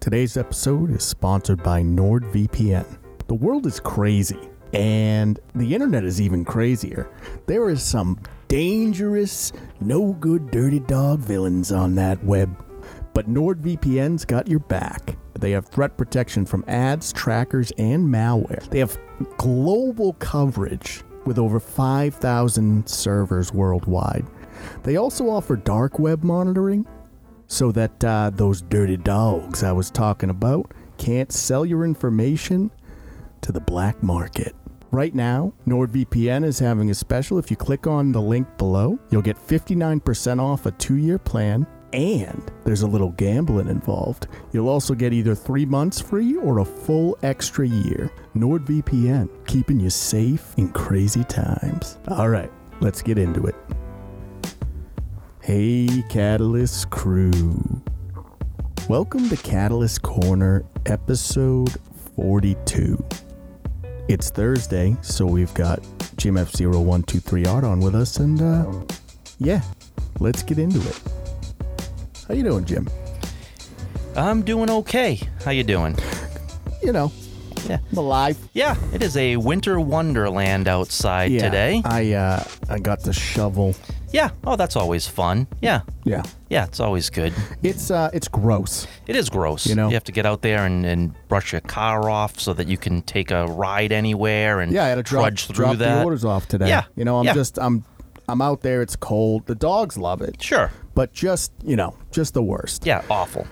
Today's episode is sponsored by NordVPN. The world is crazy, and the internet is even crazier. There is some dangerous, no good, dirty dog villains on that web. But NordVPN's got your back. They have threat protection from ads, trackers, and malware. They have global coverage with over 5,000 servers worldwide. They also offer dark web monitoring so that uh, those dirty dogs I was talking about can't sell your information to the black market. Right now, NordVPN is having a special. If you click on the link below, you'll get 59% off a two year plan, and there's a little gambling involved. You'll also get either three months free or a full extra year. NordVPN, keeping you safe in crazy times. All right, let's get into it. Hey, Catalyst crew. Welcome to Catalyst Corner, episode 42. It's Thursday, so we've got Jim F0123 Art on with us, and uh, yeah, let's get into it. How you doing, Jim? I'm doing okay. How you doing? You know, Yeah. I'm alive. Yeah, it is a winter wonderland outside Yeah, today. I uh, I got the shovel. yeah. Oh, that's always fun. Yeah. Yeah, Yeah, it's always good. it's uh, it's gross. It is gross. You know? you have to get out there and, and brush your car off so that you can take a ride anywhere and Yeah, I had to drop, trudge through drop that. the orders off today. Yeah, you know, I'm yeah. just I'm I'm out there. It's cold. The dogs love it, Sure. but just you know, just the worst. Yeah, awful.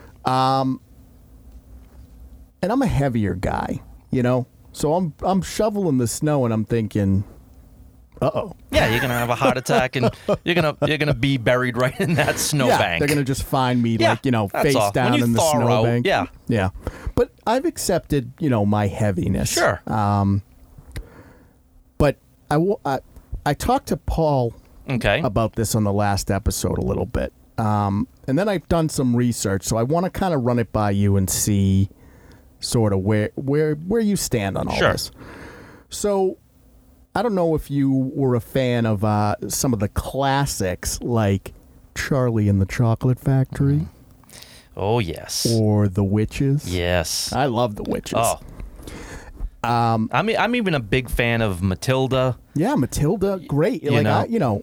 And I'm a heavier guy, you know, so I'm I'm shoveling the snow and I'm thinking, uh oh, Yeah, you're gonna have a heart attack and you're gonna you're gonna be buried right in that snowbank. they're gonna just find me Yeah, like you know that's face all. When down you in the thaw out, snowbank. yeah. yeah. But I've accepted you know my heaviness. sure. But I wa- I, I talked to Paul okay. about this on the last episode a little bit, um, and then I've done some research, so I want to kind of run it by you and see sort of where where where you stand on all Sure. this. So. I don't know if you were a fan of uh, some of the classics like Charlie and the Chocolate Factory oh yes. or The Witches. yes. I love the witches. Oh. Um, I mean, I'm even a big fan of Matilda. Yeah, Matilda, great. like know. I, you know,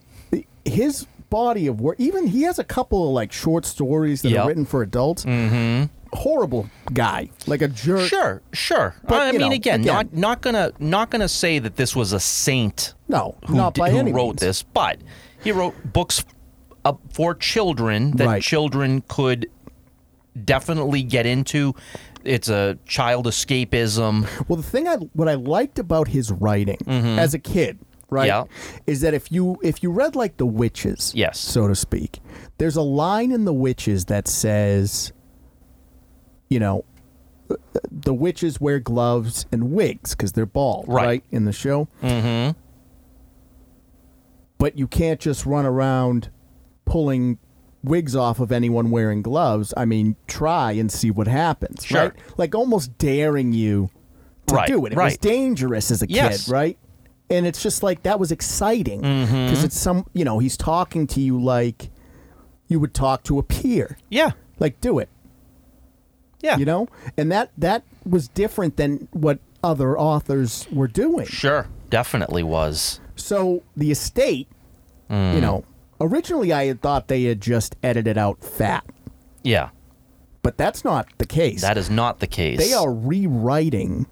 his body of work. Even he has a couple of like short stories that Yep. are written for adults. Mm-hmm. Horrible guy, like a jerk. Sure, sure. But, I you mean, know, again, again- not not gonna not gonna say that this was a saint No, who, not di- by who any wrote means. this, but he wrote books up for children that Right. children could definitely get into. It's a child escapism. Well, the thing I what I liked about his writing as a kid, right, Mm-hmm. Yeah. is that if you if you read like the witches, Yes. so to speak, there's a line in the witches that says, you know, the witches wear gloves and wigs because they're bald, Right. in the show. Mm-hmm. But you can't just run around pulling wigs off of anyone wearing gloves. I mean, try and see what happens, Sure. right? Like almost daring you to Right, do it. It was right. dangerous as a Yes. Mm-hmm. kid, right? And it's just like that was exciting because it's some, you know, he's talking to you like you would talk to a peer. Yeah, Like do it, yeah. you know? And that that was different than what other authors were doing. Sure, definitely was. So the estate, Mm. you know, originally I had thought they had just edited out fat, Yeah, but that's not the case. that is not the case. they are rewriting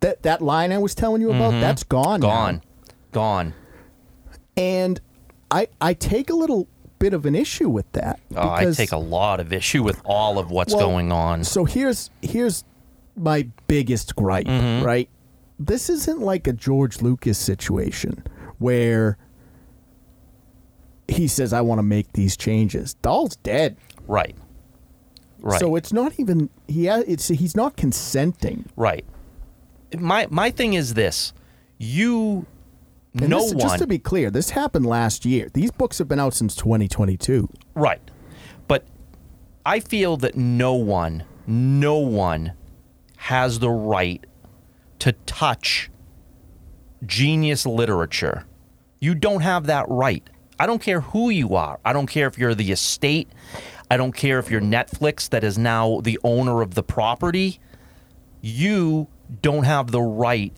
that that line I was telling you about. That's gone. now. Mm-hmm. gone, gone. And I I take a little bit of an issue with that. Oh, I because- take a lot of issue with all of what's Well, going on. So here's here's my biggest gripe, Mm-hmm. right? This isn't like a George Lucas situation where he says I want to make these changes. Dahl's dead. Right. Right. So it's not even he ha- it's he's not consenting. right. My my thing is this. You And no this- one just to be clear, this happened last year. These books have been out since 2022. Right. But I feel that no one, no one has the right to touch genius literature. You don't have that right. I don't care who you are. I don't care if you're the estate. I don't care if you're Netflix, that is now the owner of the property. You don't have the right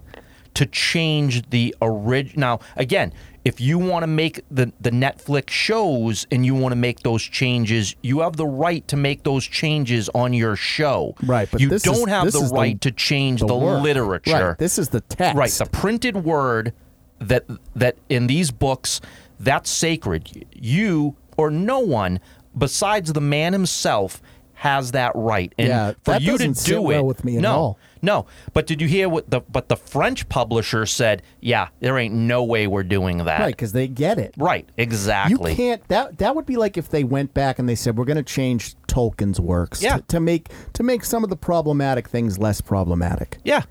to change the original. Now, again, if you want to make the, the Netflix shows and you want to make those changes, you have the right to make those changes on your show. Right, but you this is- don't have this the is the- right to change the, work. literature. Right. This is the text. Right, the printed word that that in these books that's sacred. You or no one besides the man himself has that right. And Yeah, for that you to doesn't do sit it well with me at no, all. No. But did you hear what the but the French publisher said, yeah, there ain't no way we're doing that. Right, because they get it. Right, You exactly. can't. That that would be like if they went back and they said we're going to change Tolkien's works Yeah. to, to make to make some of the problematic things less problematic. yeah.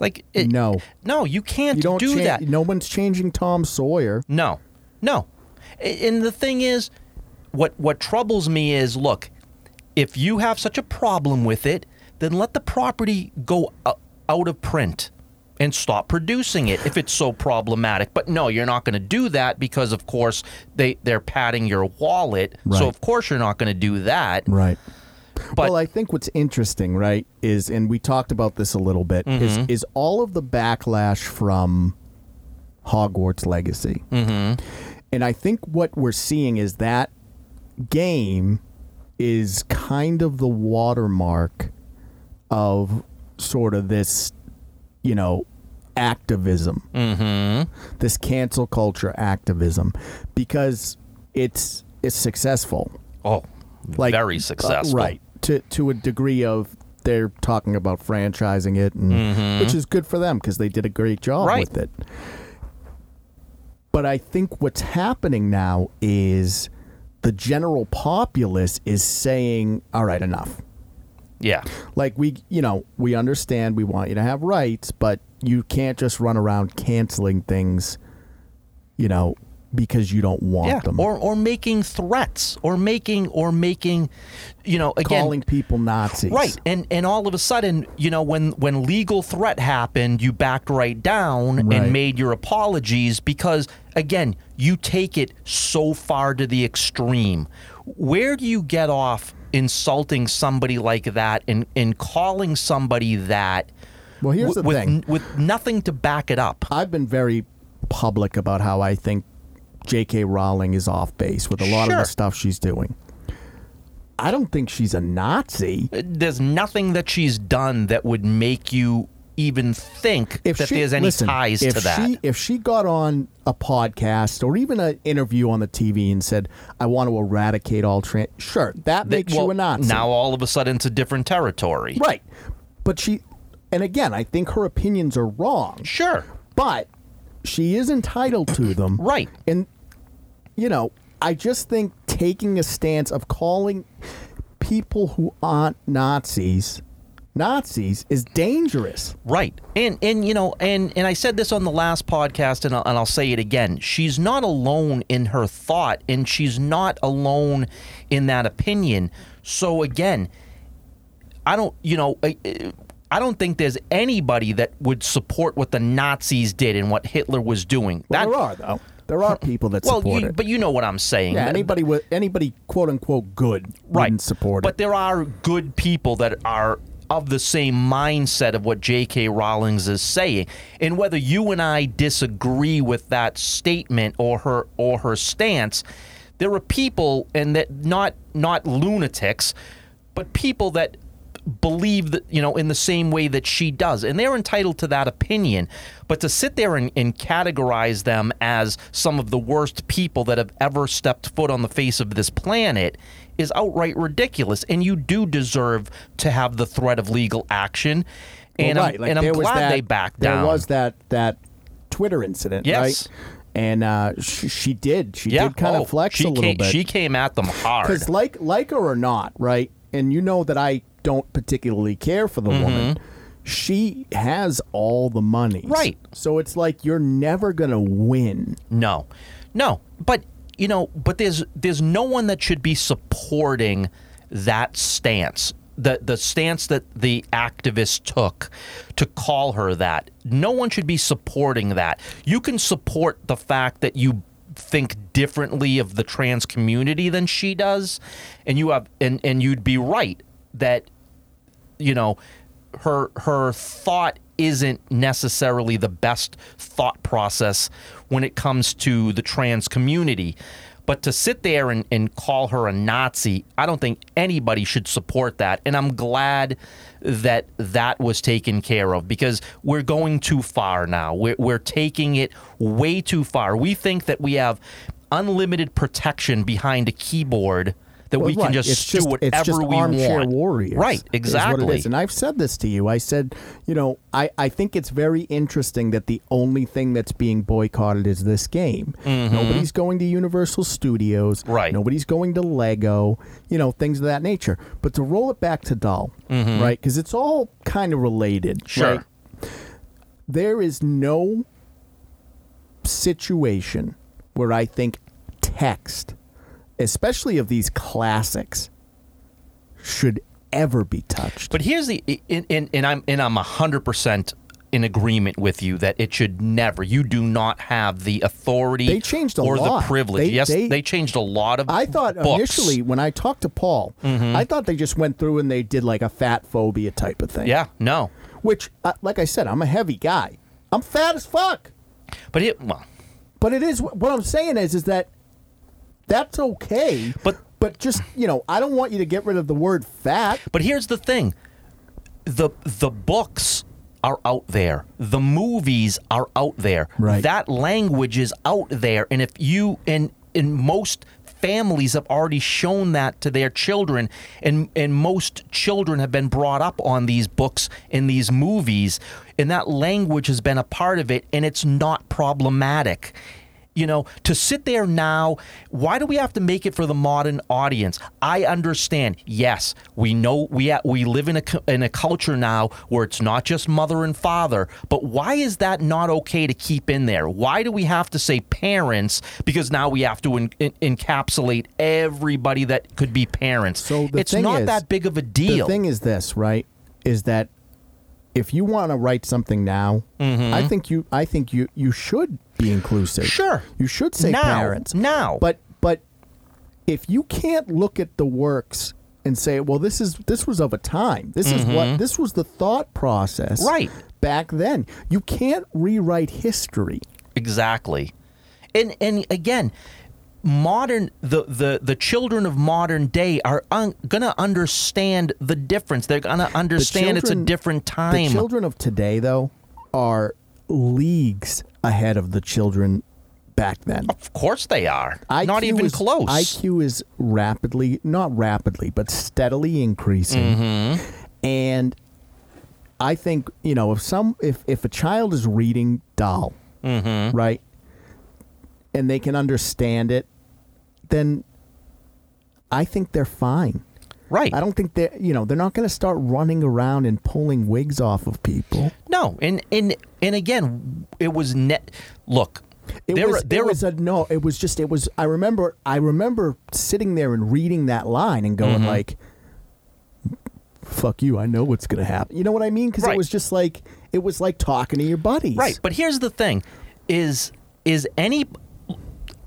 Like it, no, No, you can't you don't. do cha- that. No one's changing Tom Sawyer. No, no. A- And the thing is, what what troubles me is, look, if you have such a problem with it, then let the property go o- out of print and stop producing it if it's so problematic. But no, you're not going to do that because, of course, they they're padding your wallet. Right. So of course you're not going to do that. Right. But well, I think what's interesting, right, is and we talked about this a little bit, is Mm-hmm. is all of the backlash from Hogwarts Legacy. Mm-hmm. And I think what we're seeing is that game is kind of the watermark of sort of this, you know, activism. Mm-hmm. This cancel culture activism. Because it's it's successful oh, like very uh, successful. right? To to a degree of they're talking about franchising it, and, which is good for them because they did a great job Mm-hmm. Right. with it. But I think what's happening now is the general populace is saying, "All right, enough." Yeah. Like we, you know, we understand we want you to have rights, but you can't just run around canceling things, you know, because you don't want Yeah. them. Or or making threats or making or making you know again calling people Nazis, Right, and and all of a sudden, you know, when when legal threat happened, you backed right down Right. and made your apologies because again, you take it so far to the extreme. Where do you get off insulting somebody like that and and calling somebody that? Well, here's the with, thing. with nothing to back it up. I've been very public about how I think J.K. Rowling is off base with a lot of Sure. the stuff she's doing. I don't think she's a Nazi. There's nothing that she's done that would make you even think If that she, there's any listen, ties if to that. She, if she got on a podcast or even an interview on the TV and said, "I want to eradicate all trans," sure, that That- makes you well, a Nazi. Now all of a sudden it's a different territory. right? But she, and again, I think her opinions are wrong. Sure. but she is entitled to them. Right. And you know, I just think taking a stance of calling people who aren't Nazis Nazis is dangerous. Right. And and you know and and I said this on the last podcast and I'll, and I'll say it again. She's not alone in her thought and she's not alone in that opinion. So again, I don't, you know, I, I don't think there's anybody that would support what the Nazis did and what Hitler was doing. Well, That- there are though. There are people that well, support you, it. but you know what I'm saying. yeah, Th- anybody with anybody quote unquote good wouldn't support but it. there are good people that are of the same mindset of what J.K. Rowling's is saying, and whether you and I disagree with that statement or her or her stance, there are people, and that not not lunatics, but people that believe that you know in the same way that she does and they're entitled to that opinion but to sit there and, and categorize them as some of the worst people that have ever stepped foot on the face of this planet is outright ridiculous and you do deserve to have the threat of legal action and Well, I'm, right, like, and I'm there was glad that- they backed There down was that that Twitter incident, Yes. right? And uh, she, she did. She yeah did kind oh, of flex she a little came, bit. she came at them hard Because like like her or not, right? And you know that I don't particularly care for the woman. She has all the money. Mm-hmm. Right. So it's like you're never gonna win. No, no. But you know, but there's there's no one that should be supporting that stance. The, the stance that the activist took to call her that. No one should be supporting that. You can support the fact that you think differently of the trans community than she does, and you have and and you'd be right that you know her her thought isn't necessarily the best thought process when it comes to the trans community. But to sit there and, and call her a Nazi, I don't think anybody should support that. And I'm glad that that was taken care of because we're going too far now. We're, we're taking it way too far. We think that we have unlimited protection behind a keyboard that we Well, right. can just it's do just, whatever it's just we armchair want. Warriors, Right, is what it exactly. is. And I've said this to you. I said, you know, I, I think it's very interesting that the only thing that's being boycotted is this game. Nobody's going to Universal Studios. Mm-hmm. Right. Nobody's going to Lego. You know, things of that nature. But to roll it back to Doll, right? Because it's all kind of related. Mm-hmm. Sure. Like, there is no situation where I think text, especially of these classics, should ever be touched. But here's the and, and, and I'm and I'm hundred percent in agreement with you that it should never. You do not have the authority. They changed a or lot. the privilege. They- yes, they- they, changed a lot of. I thought books. Mm-hmm. initially when I talked to Paul, I thought they just went through and they did like a fat phobia type of thing. Yeah. No. Which, uh, like I said, I'm a heavy guy. I'm fat as fuck. But it. Well. But it is what I'm saying is is that that's okay. But- but just you know, I don't want you to get rid of the word fat. But here's the thing. The the books are out there. The movies are out there. Right. That language is out there. And if you and in most families have already shown that to their children and and most children have been brought up on these books and these movies and that language has been a part of it and it's not problematic you know, to sit there now, why do we have to make it for the modern audience? I understand. Yes, we know we we live in a cu- in a culture now where it's not just mother and father, but why is that not okay to keep in there? Why do we have to say parents because now we have to en- en- encapsulate everybody that could be parents? So the it's thing not is- that big of a deal. The thing is this, right? Is that if you want to write something now, Mm-hmm. I think you I think you you should be inclusive. Sure. You should say Now. parents. Now. But but if you can't look at the works and say, well, this is this was of a time. This is what this was the thought process Mm-hmm. Right. back then. You can't rewrite history. Exactly. And and again, modern the the, the children of modern day are un, going to understand the difference. They're going to The understand it's a children- different time. The children of today, though, are leagues ahead of the children back then. of course they are. IQ Not even is, close. IQ is rapidly, not rapidly, but steadily increasing. Mm-hmm. And I think you know if some if if a child is reading Dahl, Mm-hmm. right, and they can understand it, then I think they're fine. right. I don't think they're you know they're not going to start running around and pulling wigs off of people. no. And and and again, it was net look. It there was, are, there it are was a no. It was just. It was. I remember. I remember sitting there and reading that line and Mm-hmm. going like, "Fuck you! I know what's gonna happen." You know what I mean? Because it Right. was just like it was like talking to your buddies. Right, but here's the thing: is is any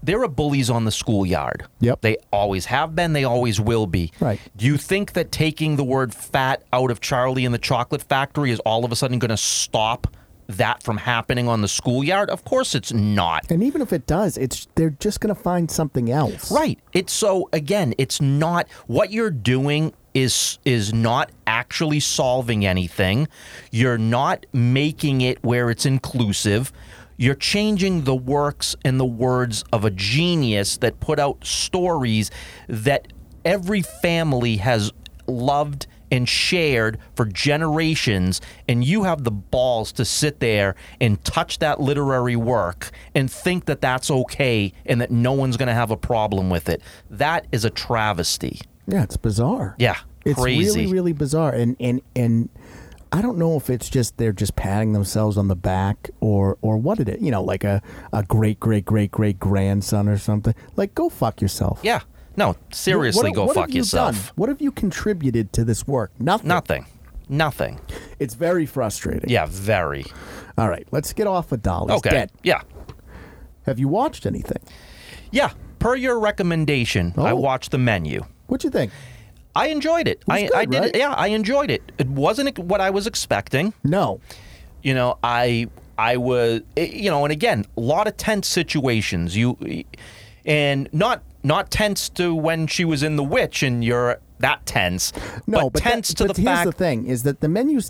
there are bullies on the schoolyard. Yep. They always have been. They always will be. Right. Do you think that taking the word "fat" out of Charlie and the Chocolate Factory is all of a sudden going to stop that from happening on the schoolyard? Of course, it's not. And even if it does, it's they're just gonna find something else. Right. It's so again, it's not what you're doing is is not actually solving anything. You're not making it where it's inclusive. You're changing the works and the words of a genius that put out stories that every family has loved and shared for generations and you have the balls to sit there and touch that literary work and think that that's okay and that no one's going to have a problem with it that is a travesty Yeah, it's bizarre. Yeah, it's crazy. really really bizarre. And and and I don't know if it's just they're just patting themselves on the back or or what it is. You know, like a a great great great great grandson or something. Like go fuck yourself. yeah no seriously What- go what have fuck you yourself done? What have you contributed to this work? Nothing. nothing nothing It's very frustrating. yeah very All right, let's get off of Dolly's okay dead. yeah Have you watched anything? Yeah, per your recommendation, I Oh. watched the menu. What you think? I enjoyed it. I, good, I did. right? It, yeah, I enjoyed it. It wasn't what I was expecting. No. You know, I I was it- you know, and again, a lot of tense situations. You and not not tense to when she was in the witch and you're that tense. No, but, but, that- tense to but the here's fact the thing: is that the menus?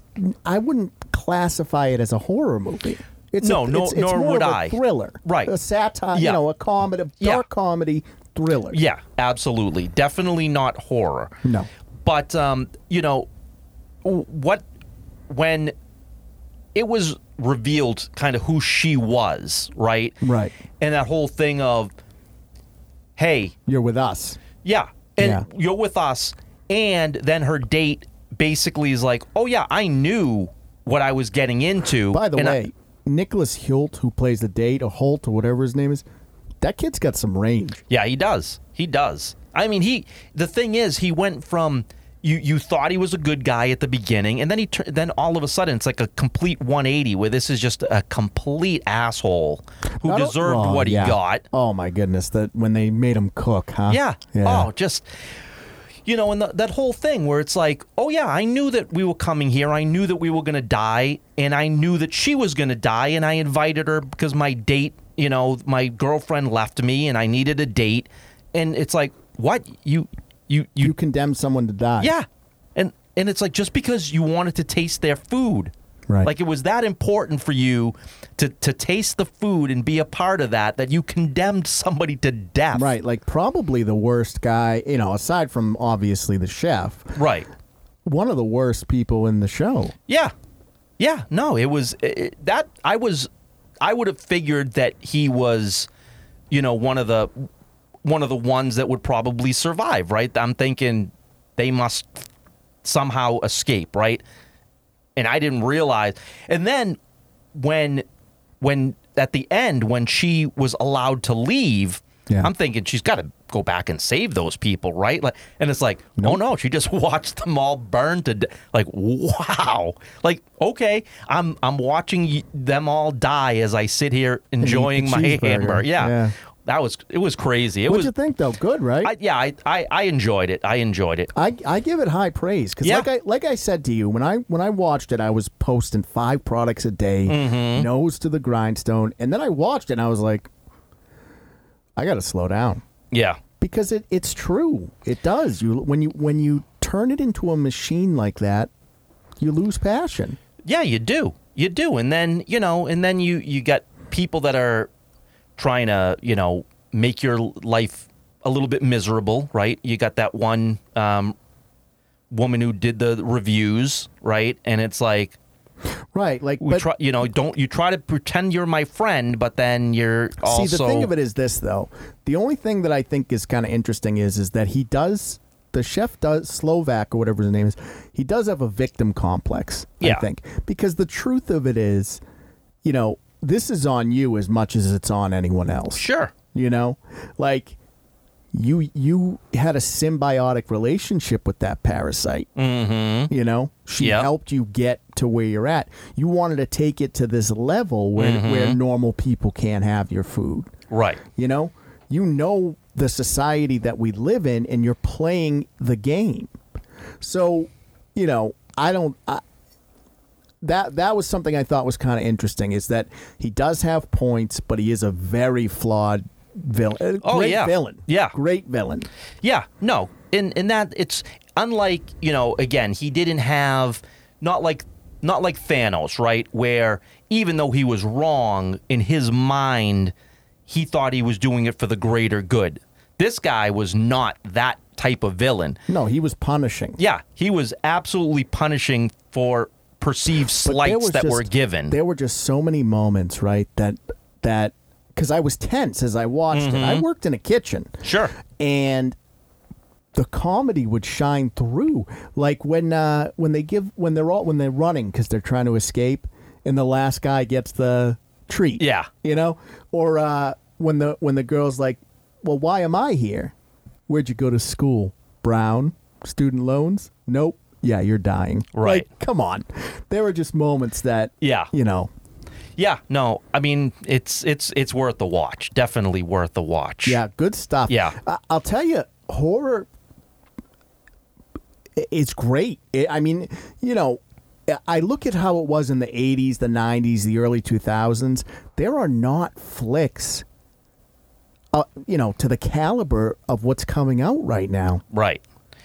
I wouldn't classify it as a horror movie. It's No, a, no- it's, it's nor more would of a I. Thriller, Right. A satire, you Yeah. know, a comedy, dark Yeah. comedy thriller. Yeah, absolutely. Definitely not horror. No. But um, you know w- what when it was revealed kind of who she was, right? Right. And that whole thing of hey, You're with us. yeah, and Yeah. you're with us and then her date basically is like, "Oh yeah, I knew what I was getting into." By the and I- way, Nicholas Hilt, who plays the date or Holt or whatever his name is, that kid's got some range. Yeah, he does. He does. I mean, he. The thing is, he went from you. You thought he was a good guy at the beginning, and then he. tur- Then all of a sudden, it's like a complete 180, where this is just a complete asshole who Not o- deserved Oh, what he yeah. got. Oh my goodness! That when they made him cook, huh? Yeah. Yeah. Oh, just. You know, and the, that whole thing where it's like, oh yeah, I knew that we were coming here. I knew that we were going to die, and I knew that she was going to die, and I invited her because my date, you know, my girlfriend left me, and I needed a date. And it's like, what you, you, you, You condemn someone to die. yeah, and and it's like just because you wanted to taste their food, Right. Like it was that important for you to to taste the food and be a part of that that you condemned somebody to death, Right. Like probably the worst guy. You know, aside from obviously the chef. Right. one of the worst people in the show. Yeah. Yeah. No, it was it, that I was I would have figured that he was you know one of the one of the ones that would probably survive, right? I'm thinking they must somehow escape, right? And I didn't realize. And then when when at the end when she was allowed to leave, Yeah. I'm thinking she's got to go back and save those people, right? Like and it's like, "Oh no, she just watched them all burn to de- like wow. Like okay, I'm I'm watching y- them all die as I sit here enjoying my cheeseburger. hamburger. Yeah. Yeah. That was it was crazy. It What'd was you think, though? Good, right? I, yeah, I, I, I enjoyed it. I enjoyed it. I, I give it high praise because Yeah. like I like I said to you when I when I watched it I was posting five products a day Mm-hmm. nose to the grindstone and then I watched it and I was like I got to slow down Yeah. because it, it's true it does you when you when you turn it into a machine like that you lose passion Yeah, you do. You do. And then, you know, and then you, you got people that are trying to, you know, make your life a little bit miserable, right? You got that one um, woman who did the reviews, right? And it's like, right like we but try, you know, don't you try to pretend you're my friend, but then you're also See, the thing of it is this though. The only thing that I think is kind of interesting is is that he does the chef does Slovak or whatever his name is. He does have a victim complex, Yeah. I think, because the truth of it is, you know, this is on you as much as it's on anyone else. Sure. You know, like you you had a symbiotic relationship with that parasite. Mm-hmm. You know, she Yep. helped you get to where you're at. You wanted to take it to this level where where normal people can't have your food. Right. You know, you know the society that we live in, and you're playing the game. So, you know, I don't. I, that that was something I thought was kind of interesting. Is that he does have points, but he is a very flawed villain. Oh, great yeah. villain. Yeah. great villain. Yeah, no, in in that it's unlike you know again he didn't have not like not like Thanos right where even though he was wrong in his mind he thought he was doing it for the greater good. This guy was not that type of villain. No, he was punishing. Yeah, he was absolutely punishing for But perceived there slights was that just- were given. There were just so many moments, right? That that because I was tense as I watched it. Mm-hmm. I worked in a kitchen. sure. and the comedy would shine through like when uh when they give when they're all when they're running because they're trying to escape and the last guy gets the treat Yeah. you know or uh when the when the girl's like well why am i here where'd you go to school brown student loans nope yeah you're dying Right. Like, come on there were just moments that Yeah. you know Yeah, no, I mean it's it's it's worth the watch. Definitely worth the watch. Yeah, good stuff. Yeah. I- I'll tell you, horror. i- It's great. I I mean, you know, I- I look at how it was in the '80s, the '90s, the early 2000s. There are not flicks, uh, you know, to the caliber of what's coming out right now. Right.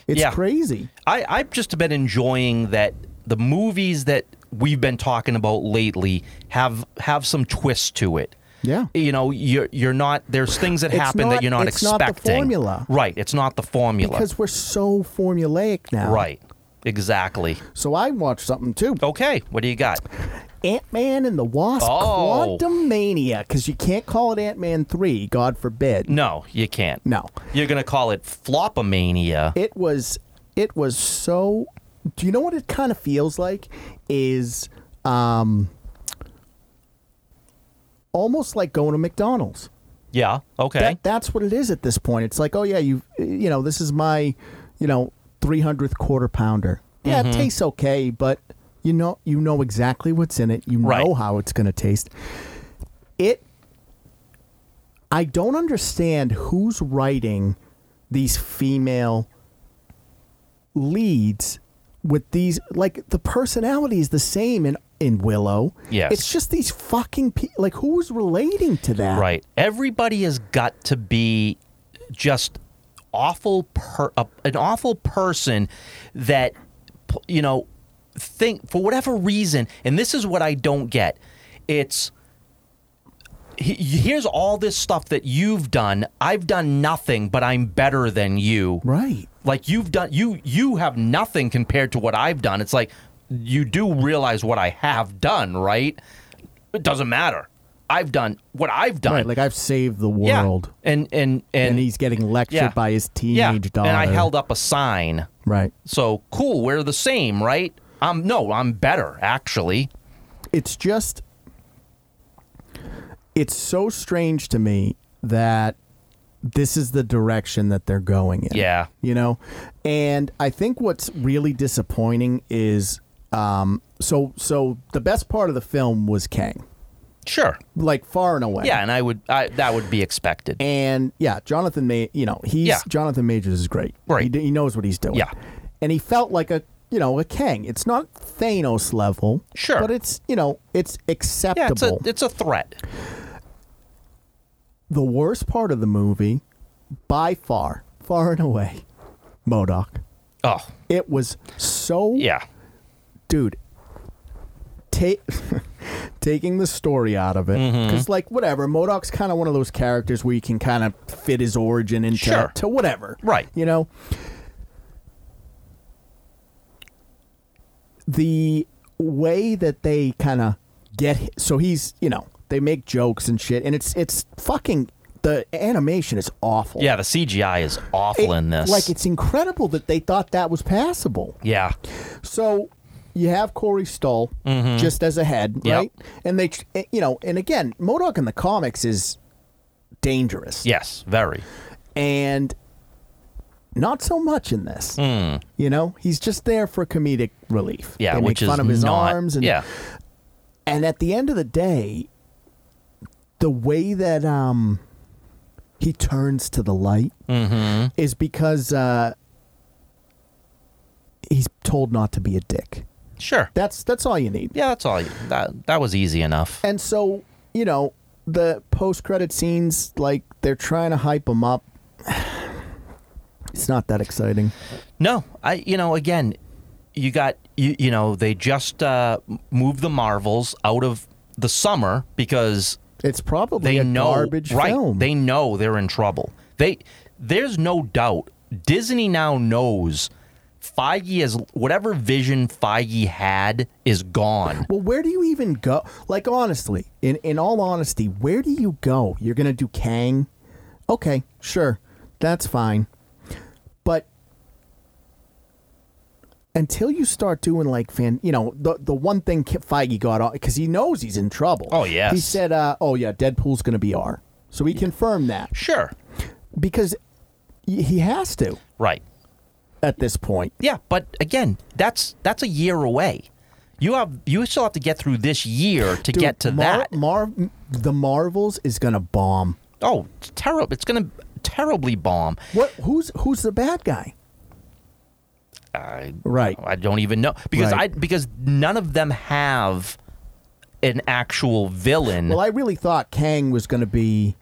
It's yeah. crazy. I, I've just been enjoying that the movies that we've been talking about lately have have some twist to it. Yeah. You know, you're you're not there's things that It's happen not- that you're not it's not the expecting. formula. Right. It's not the formula. Because we're so formulaic now. right. Oh. Exactly. So I watched something too. Okay. What do you got? Ant Man and the Wasp Oh. Quantum Mania. Because you can't call it Ant Man 3, God forbid. No, you can't. No. You're gonna call it flopomania. It was it was so do you know what it kind of feels like? Is um almost like going to McDonald's. yeah. Okay. That, that's what it is at this point. It's like, oh yeah, you you know, this is my, you know, 300th quarter pounder. Yeah, Mm-hmm. it tastes okay, but you know you know exactly what's in it. You know Right. how it's going to taste. It I don't understand who's writing these female leads with these like the personality is the same in in Willow. Yes. It's just these fucking pe- like who's relating to that? Right. Everybody has got to be just awful per, a, an awful person that p- you know think for whatever reason and this is what I don't get. It's he- here's all this stuff that you've done. I've done nothing, but I'm better than you. Right. Like you've done you you have nothing compared to what I've done. It's like you do realize what I have done, right? It doesn't matter. I've done what I've done. Right, like I've saved the Yeah. world, And and and, and he's getting lectured yeah. by his teenage yeah. daughter. And I held up a sign. right. So cool, we're the same, right? Um no, I'm better actually. It's just, it's so strange to me that this is the direction that they're going in. Yeah. you know, and I think what's really disappointing is, um, so so the best part of the film was Kang, Sure. like far and away. Yeah, and I would I that would be expected. And yeah, Jonathan May, you know, he's Yeah. Jonathan Majors is great. Right. He, d- he knows what he's doing. Yeah. And he felt like a, you know, a king. It's not Thanos level. Sure. But it's, you know, it's yeah, it's a acceptable. it's a threat. the worst part of the movie, by far, far and away, Modoc. Oh, It was so yeah. dude take taking the story out of it Mm-hmm. because like whatever modoc's kind of one of those characters where you can kind of fit his origin into Sure. to whatever Right. you know the way that they kind of get so he's you know they make jokes and shit and it's it's fucking the animation is awful Yeah, the CGI is It- awful in this. like it's incredible that they thought that was passable Yeah. so you have Corey Stoll just as a head, Mm-hmm. Yep. right? And they, eh, you know, and again, Modoc in the comics is dangerous, Yes, very. and not so much in this. You know, he's just there for comedic relief. Hmm. Yeah, they which make fun is of his not, arms, and yeah, and at the end of the day, the way that um he turns to the light Mm-hmm. Hmm. is because uh, he's told not to be a dick. sure. That's that's all you need. Yeah, that's all. You, that that was easy enough. And so, you know, the post credit scenes, like they're trying to hype them up. It's not that exciting. No, I you know again, you got you you know they just uh, m- moved the Marvels out of the summer because It's probably they a know garbage right. film. They know they're in trouble. They there's no doubt. Disney now knows Feige is whatever vision Feige had is gone. well, where do you even go? Like honestly, in in all honesty, where do you go? You're gonna do Kang? Okay, sure, that's fine. But until you start doing like fan, you know, the the one thing Ki- Feige got on because he knows he's in trouble. Oh, yes. he said, uh, "Oh yeah, Deadpool's gonna be R." So he confirmed that Sure, because y- he has to right. at this point. Yeah, but again, that's that's a year away. You have you still have to get through this year to Dude, get to Mar- that. Mar- the Marvels is gonna bomb. Oh, it's terrible! It's gonna terribly bomb. What? Who's who's the bad guy? I, Right. I don't even know because Right. I because none of them have an actual villain. Well, I really thought Kang was going to be.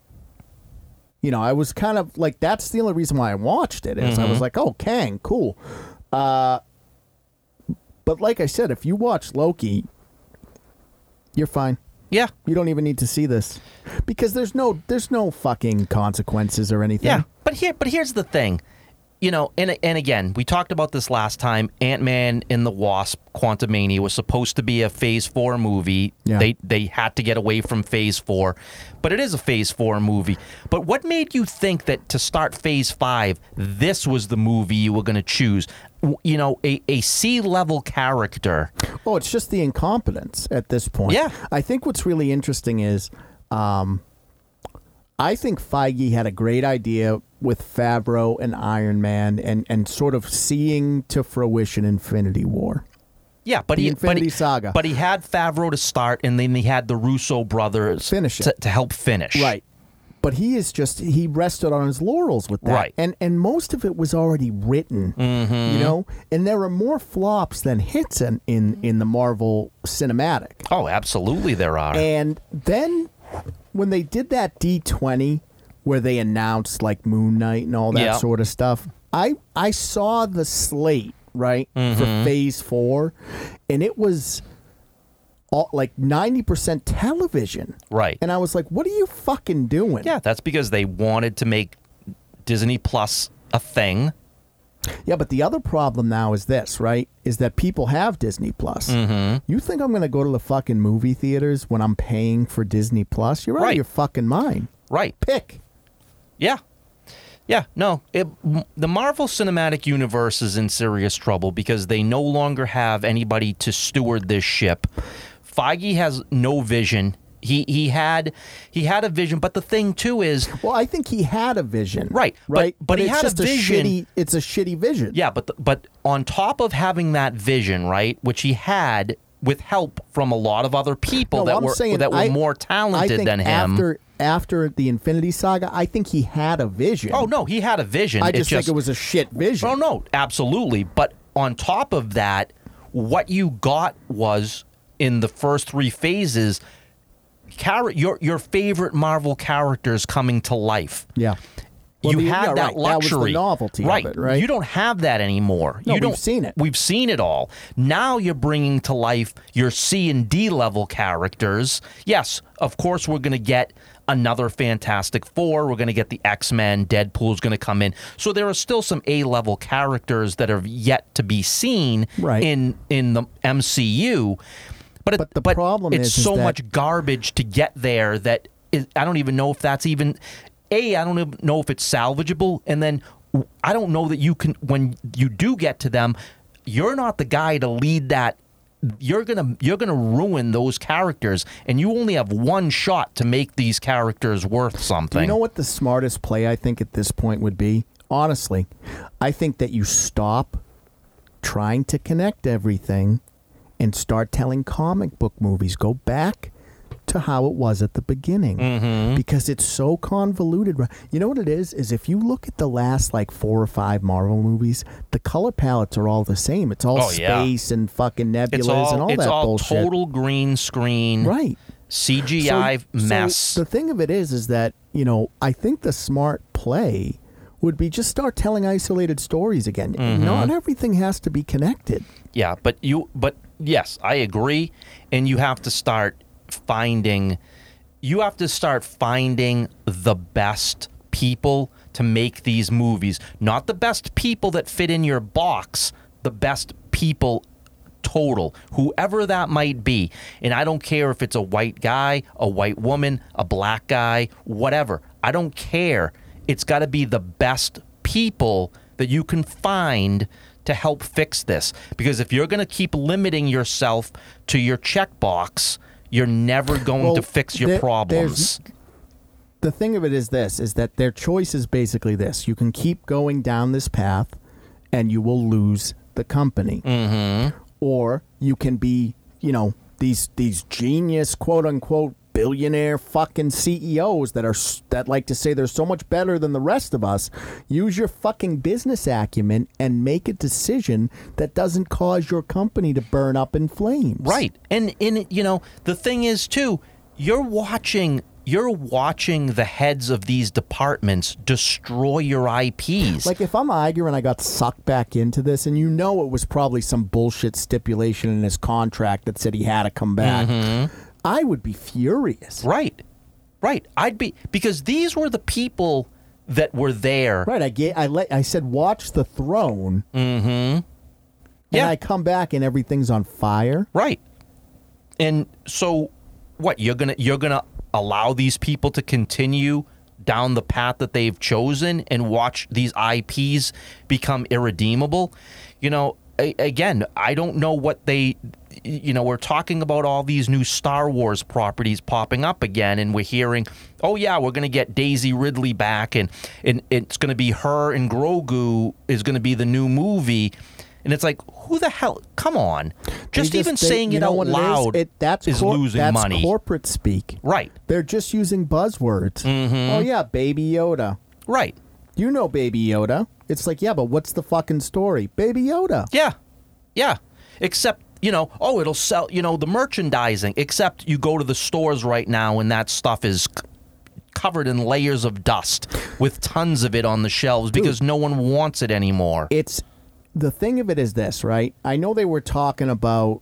You know, I was kind of like that's the only reason why I watched it is I was like, oh, Kang, cool. Uh, but like I said, if you watch Loki, you're fine. yeah, You don't even need to see this because there's no there's no fucking consequences or anything. yeah. But here, but here's the thing, you know, and and again, we talked about this last time. Ant Man and the Wasp: Quantumania was supposed to be a Phase Four movie. Yeah. They they had to get away from Phase Four, but it is a Phase Four movie. But what made you think that to start Phase Five, this was the movie you were going to choose? W- You know, a a C level character. Oh, it's just the incompetence at this point. Yeah. I think what's really interesting is um, I think Feige had a great idea with Favreau and Iron Man and, and sort of seeing to fruition Infinity War. Yeah, but The he but Infinity he, Saga. But he had Favreau to start, and then he had the Russo brothers Finish it. to, to help finish. But he is just he rested on his laurels with that. Right. Mm-hmm. And and most of it was already written. You know? And there are more flops than hits in, in, in the Marvel cinematic. Oh, absolutely, there are. And then when they did that D20 where they announced like Moon Knight and all that Yeah. sort of stuff, I I saw the slate, right, Mm-hmm. for phase 4 and it was all, like 90% television. Right. And I was like, "What are you fucking doing?" yeah, that's because they wanted to make Disney Plus a thing. Yeah, but the other problem now is this, right? Is that people have Disney Plus. Mm-hmm. You think I'm going to go to the fucking movie theaters when I'm paying for Disney Plus? You're out of Right. your fucking mind. Right. Pick. Yeah. Yeah, no. It, m- the Marvel Cinematic Universe is in serious trouble because they no longer have anybody to steward this ship. Feige has no vision. He he had he had a vision, but the thing too is Well, I think he had a vision. Right, but- Right. but he it's had a just vision- shitty, it's a shitty vision. Yeah, but the, but on top of having that vision, right, which he had with help from a lot of other people No, that I'm were saying that were I- more I talented think than him. After after the Infinity Saga, I think he had a vision. oh no, he had a vision. I It's just, think it was a shit vision. Oh no, absolutely. But on top of that, what you got was in the first three phases, char- your your favorite Marvel characters coming to life. Yeah. Well, you the- had yeah, that right. luxury, That was the novelty of right? it, right? You don't have that anymore. No, you we've don't, seen it. We've seen it all. Now you're bringing to life your C and D level characters. Yes, of course we're going to get another Fantastic Four. We're going to get the X Men. Deadpool's going to come in. So there are still some A level characters that are yet to be seen Right. in in the MCU. But, it, But the problem it's is- is so that- much garbage to get there that is, I don't even know if that's even a. I don't even know if it's salvageable, and then w- I don't know that you can when you do get to them, you're not the guy to lead that. You're gonna you're gonna ruin those characters, and you only have one shot to make these characters worth something. You know what the smartest play I think at this point would be? Honestly, I think that you stop trying to connect everything and start telling comic book movies. Go back to how it was at the beginning Mm-hmm. because it's so convoluted. ri- You know what it is? Is if you look at the last like four or five Marvel movies, the color palettes are all the same. It's all Oh, yeah. space and fucking nebulas it's all and all it's that all bullshit. total green screen, right. So- CGI so mess. the thing of it is, is that you know, I think the smart play would be just start telling isolated stories again. Not everything has to be connected. Yeah, but you but yes, I agree and you have to start finding you have to start finding the best people to make these movies. Not the best people that fit in your box, the best people total, whoever that might be. And I don't care if it's a white guy, a white woman, a black guy, whatever. I don't care. It's got to be the best people that you can find to help fix this. Because if you're going to keep limiting yourself to your checkbox, you're never going Well, to fix your there- problems. The thing of it is this: is that their choice is basically this: you can keep going down this path, and you will lose the company, mm-hmm. or you can be you know these these genius quote unquote billionaire fucking CEOs that are s- that like to say they're so much better than the rest of us use your fucking business acumen and make a decision that doesn't cause your company to burn up in flames. Right. And in you know, the thing is too, you're watching you're watching the heads of these departments destroy your IPs. Like if I'm Iger and I got sucked back into this, and you know it was probably some bullshit stipulation in his contract that said he had to come back, Mm-hmm. I would be furious. right. Right. I'd be because these were the people that were there. Right? I get. I let. I said, watch the throne. Mm-hmm. Mm. Yeah. And I come back and everything's on fire. Right. And so what, you're gonna you're gonna allow these people to continue down the path that they've chosen and watch these IPs become irredeemable? You know, a- again, I don't know what they you know, we're talking about all these new Star Wars properties popping up again and we're hearing, oh yeah, we're gonna get Daisy Ridley back and, and it's gonna be her and Grogu is gonna be the new movie. And it's like, who the hell? Come on. They Just, even they- saying you it know out what loud It is? It- that's is cor- losing that's money. Corporate speak. right, Mm-hmm. They're just using buzzwords. Oh yeah, Baby Yoda. right. You know Baby Yoda. It's like yeah, but what's the fucking story? Baby Yoda. Yeah, yeah. Except, you know, oh, it'll sell, you know, the merchandising. Except you go to the stores right now and that stuff is c- covered in layers of dust with tons of it on the shelves because no one wants it anymore. it's the thing of it is this, right? I know they were talking about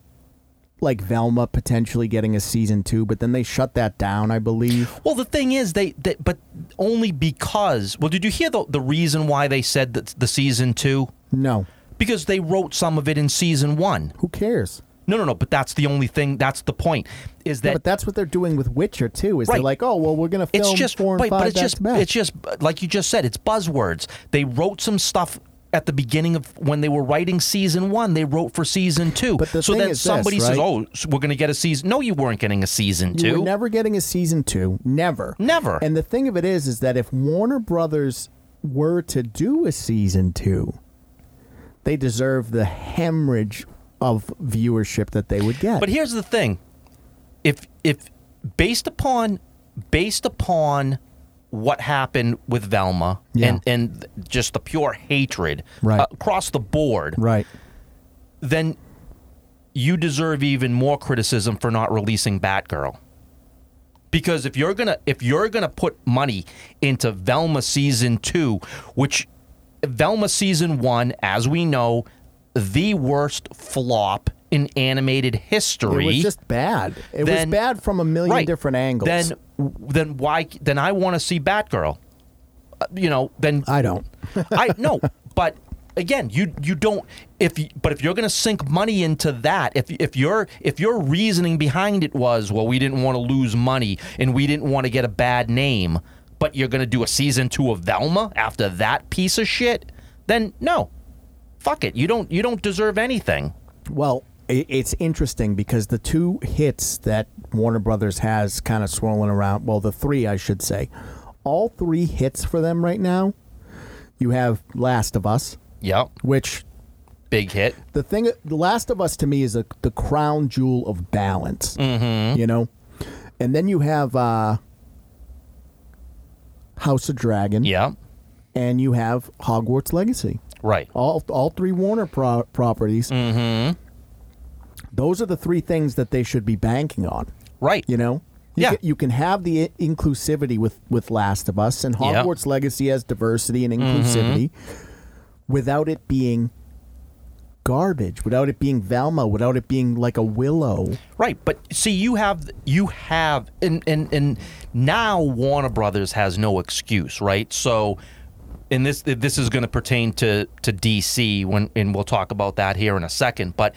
like Velma potentially getting a season two, but then they shut that down, I believe. Well, the thing is, they, they but only because. Well, did you hear the the reason why they said that the season two? No, Because they wrote some of it in season one. who cares? No, no, no. But that's the only thing. That's the point. Is that but that's what they're doing with Witcher too. Is Right. they're like, oh well, we're gonna film it's just four and wait, five but it's back just to back. it's just like you just said. It's buzzwords. They wrote some stuff at the beginning of when they were writing season one. They wrote for season two. But the so thing then is this, somebody says, right? "Oh, so we're going to get a season." No, you weren't getting a season You two. We're never getting a season two. Never. Never. And the thing of it is, is that if Warner Brothers were to do a season two, they deserve the hemorrhage of viewership that they would get. But here's the thing: if if based upon based upon what happened with Velma Yeah. and and just the pure hatred Right. across the board, right. then you deserve even more criticism for not releasing Batgirl. Because if you're gonna if you're gonna put money into Velma season two, which Velma season one, as we know, the worst flop in animated history. It was just bad. It Then- was bad from a million Right. different angles. Then then why then I want to see Batgirl. Uh, you know, then I don't. I no, but again, you you don't if you, but if you're going to sink money into that, if if your if your reasoning behind it was, well, we didn't want to lose money and we didn't want to get a bad name, but you're going to do a season 2 of Velma after that piece of shit, then no. Fuck it. You don't you don't deserve anything. Well, i it's interesting because the two hits that Warner Brothers has kind of swirling around, well, the three, I should say, all three hits for them right now. You have Last of Us, Yep. which Big hit. the thing, The Last of Us to me is a, the crown jewel of balance. Mm-hmm. You know? And then you have uh, House of Dragon, Yep. and you have Hogwarts Legacy. Right. all all three Warner pro- properties. Mm-hmm. Those are the three things that they should be banking on. Right. You know, you Yeah. Can, you can have the i- inclusivity with with Last of Us and Yeah. Hogwarts Legacy has diversity and inclusivity, without it being garbage, without it being Velma, without it being like a Willow. Right, but see, you have you have, and and and now Warner Brothers has no excuse, right? So, and this this is going to pertain to to DC when, and we'll talk about that here in a second. But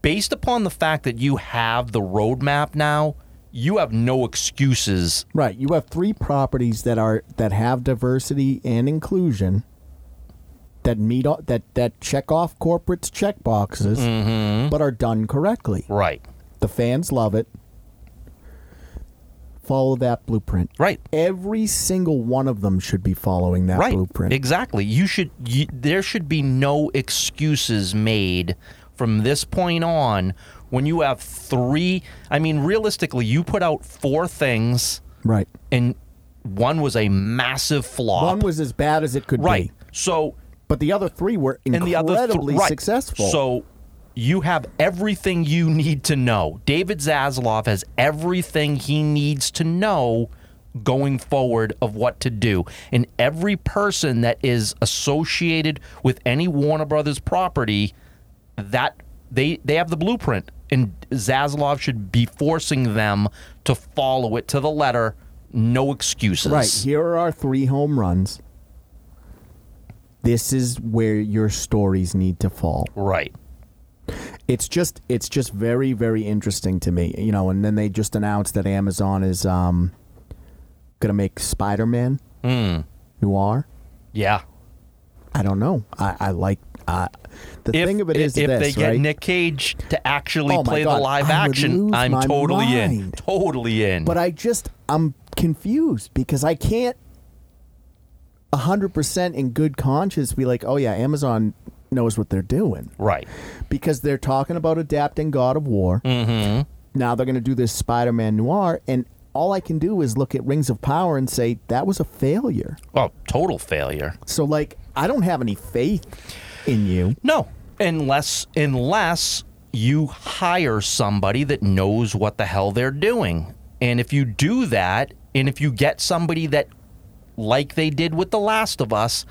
based upon the fact that you have the roadmap now, you have no excuses. Right. You have three properties that are that have diversity and inclusion that meet all, that that check off corporate's check boxes, Mm-hmm. but are done correctly. Right, The fans love it. Follow that blueprint. right. Every single one of them should be following that right blueprint. exactly you should you, there should be no excuses made from this point on, when you have three, I mean, realistically, you put out four things, Right. and one was a massive flop. One was as bad as it could right. be. So But the other three were and incredibly the other th- right. successful. So you have everything you need to know. David Zaslav has everything he needs to know going forward of what to do. And every person that is associated with any Warner Brothers property, that they they have the blueprint. And Zaslav should be forcing them to follow it to the letter. No excuses. Right. Here are our three home runs. This is where your stories need to fall. Right. It's just it's just very very interesting to me, you know. And then they just announced that Amazon is um gonna make Spider Man Hmm. noir. Yeah. I don't know. I, I like uh, the if, thing of it is if this, they get right? Nick Cage to actually Oh my play the God, live I would action, lose I'm my totally in. mind. Totally in. but I just I'm confused because I can't hundred percent in good conscience be like, oh yeah, Amazon knows what they're doing. right. because they're talking about adapting God of War. Mm-hmm. Now they're going to do this Spider-Man noir, and all I can do is look at Rings of Power and say that was a failure. Well, total failure. So like, I don't have any faith in you. No, unless unless you hire somebody that knows what the hell they're doing. And if you do that, and if you get somebody that like they did with The Last of Us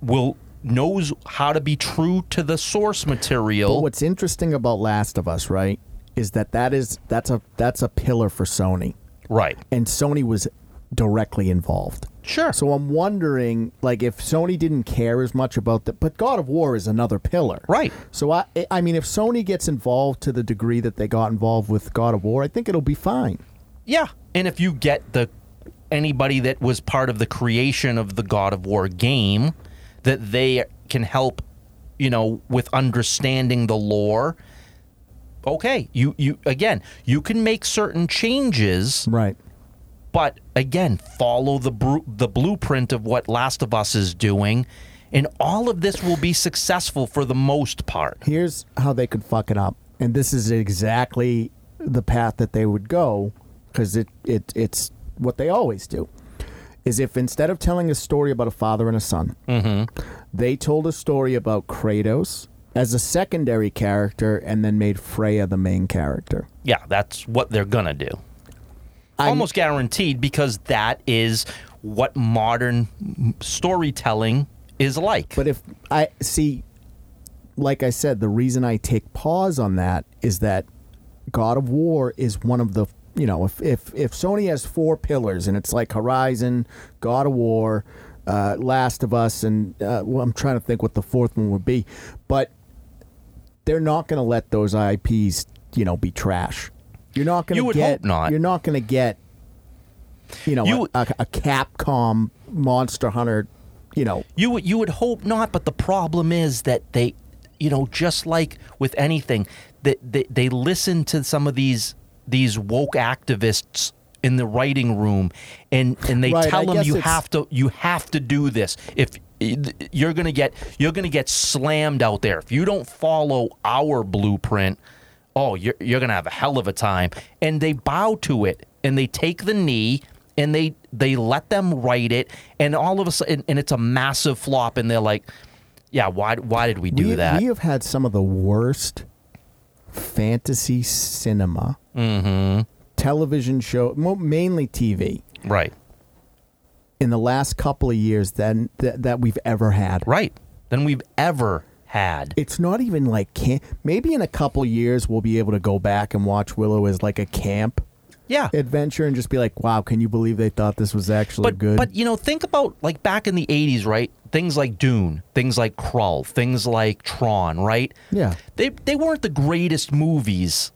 will knows how to be true to the source But material. what's interesting about Last of Us, right, is that that is that's a that's a pillar for Sony, right. and Sony was directly involved. Sure. So I'm wondering, like, if Sony didn't care as much about that, but God of War is another pillar, Right. So I, I mean, if Sony gets involved to the degree that they got involved with God of War, I think it'll be fine. Yeah, and if you get the anybody that was part of the creation of the God of War game, that they can help, you know, with understanding the lore. Okay, you you again, you can make certain changes, Right. but again, follow the bru- the blueprint of what Last of Us is doing, and all of this will be successful for the most part. Here's how they could fuck it up, and this is exactly the path that they would go, because it, it it's what they always do. Is if instead of telling a story about a father and a son, they told a story about Kratos as a secondary character and then made Freya the main character. Yeah, that's what they're gonna do. I'm- almost guaranteed because that is what modern m- storytelling is like. But if I see, like I said, the reason I take pause on that is that God of War is one of the you know if if if Sony has four pillars and it's like Horizon, God of War, uh, Last of Us, and uh, well, I'm trying to think what the fourth one would be, but they're not going to let those IPs you know be trash. You're not going You to would get. hope not. You're not going to get. You know, You- a, a, a Capcom Monster Hunter. You know, you would- you would hope not, but the problem is that they, you know, just like with anything, that they, they listen to some of these these woke activists in the writing room, and and they Right, I tell them guess you it's- have to you have to do this if. eh, You're gonna get you're gonna get slammed out there if you don't follow our blueprint. oh, you're, you're going to have a hell of a time. And they bow to it and they take the knee and they they let them write it. And all of a sudden, and it's a massive flop. And they're like, yeah, why, why did we do we, that? We have had some of the worst fantasy cinema, Mm-hmm. television show, mo- mainly TV, right. in the last couple of years than that that we've ever had. Right. Than we've ever had. It's not even like camp. Maybe in a couple of years we'll be able to go back and watch Willow as like a camp yeah. adventure and just be like, "Wow, can you believe they thought this was actually but, good?" But you know, think about like back in the '80s, right? Things like Dune, things like Krull, things like Tron, right? Yeah. They they weren't the greatest movies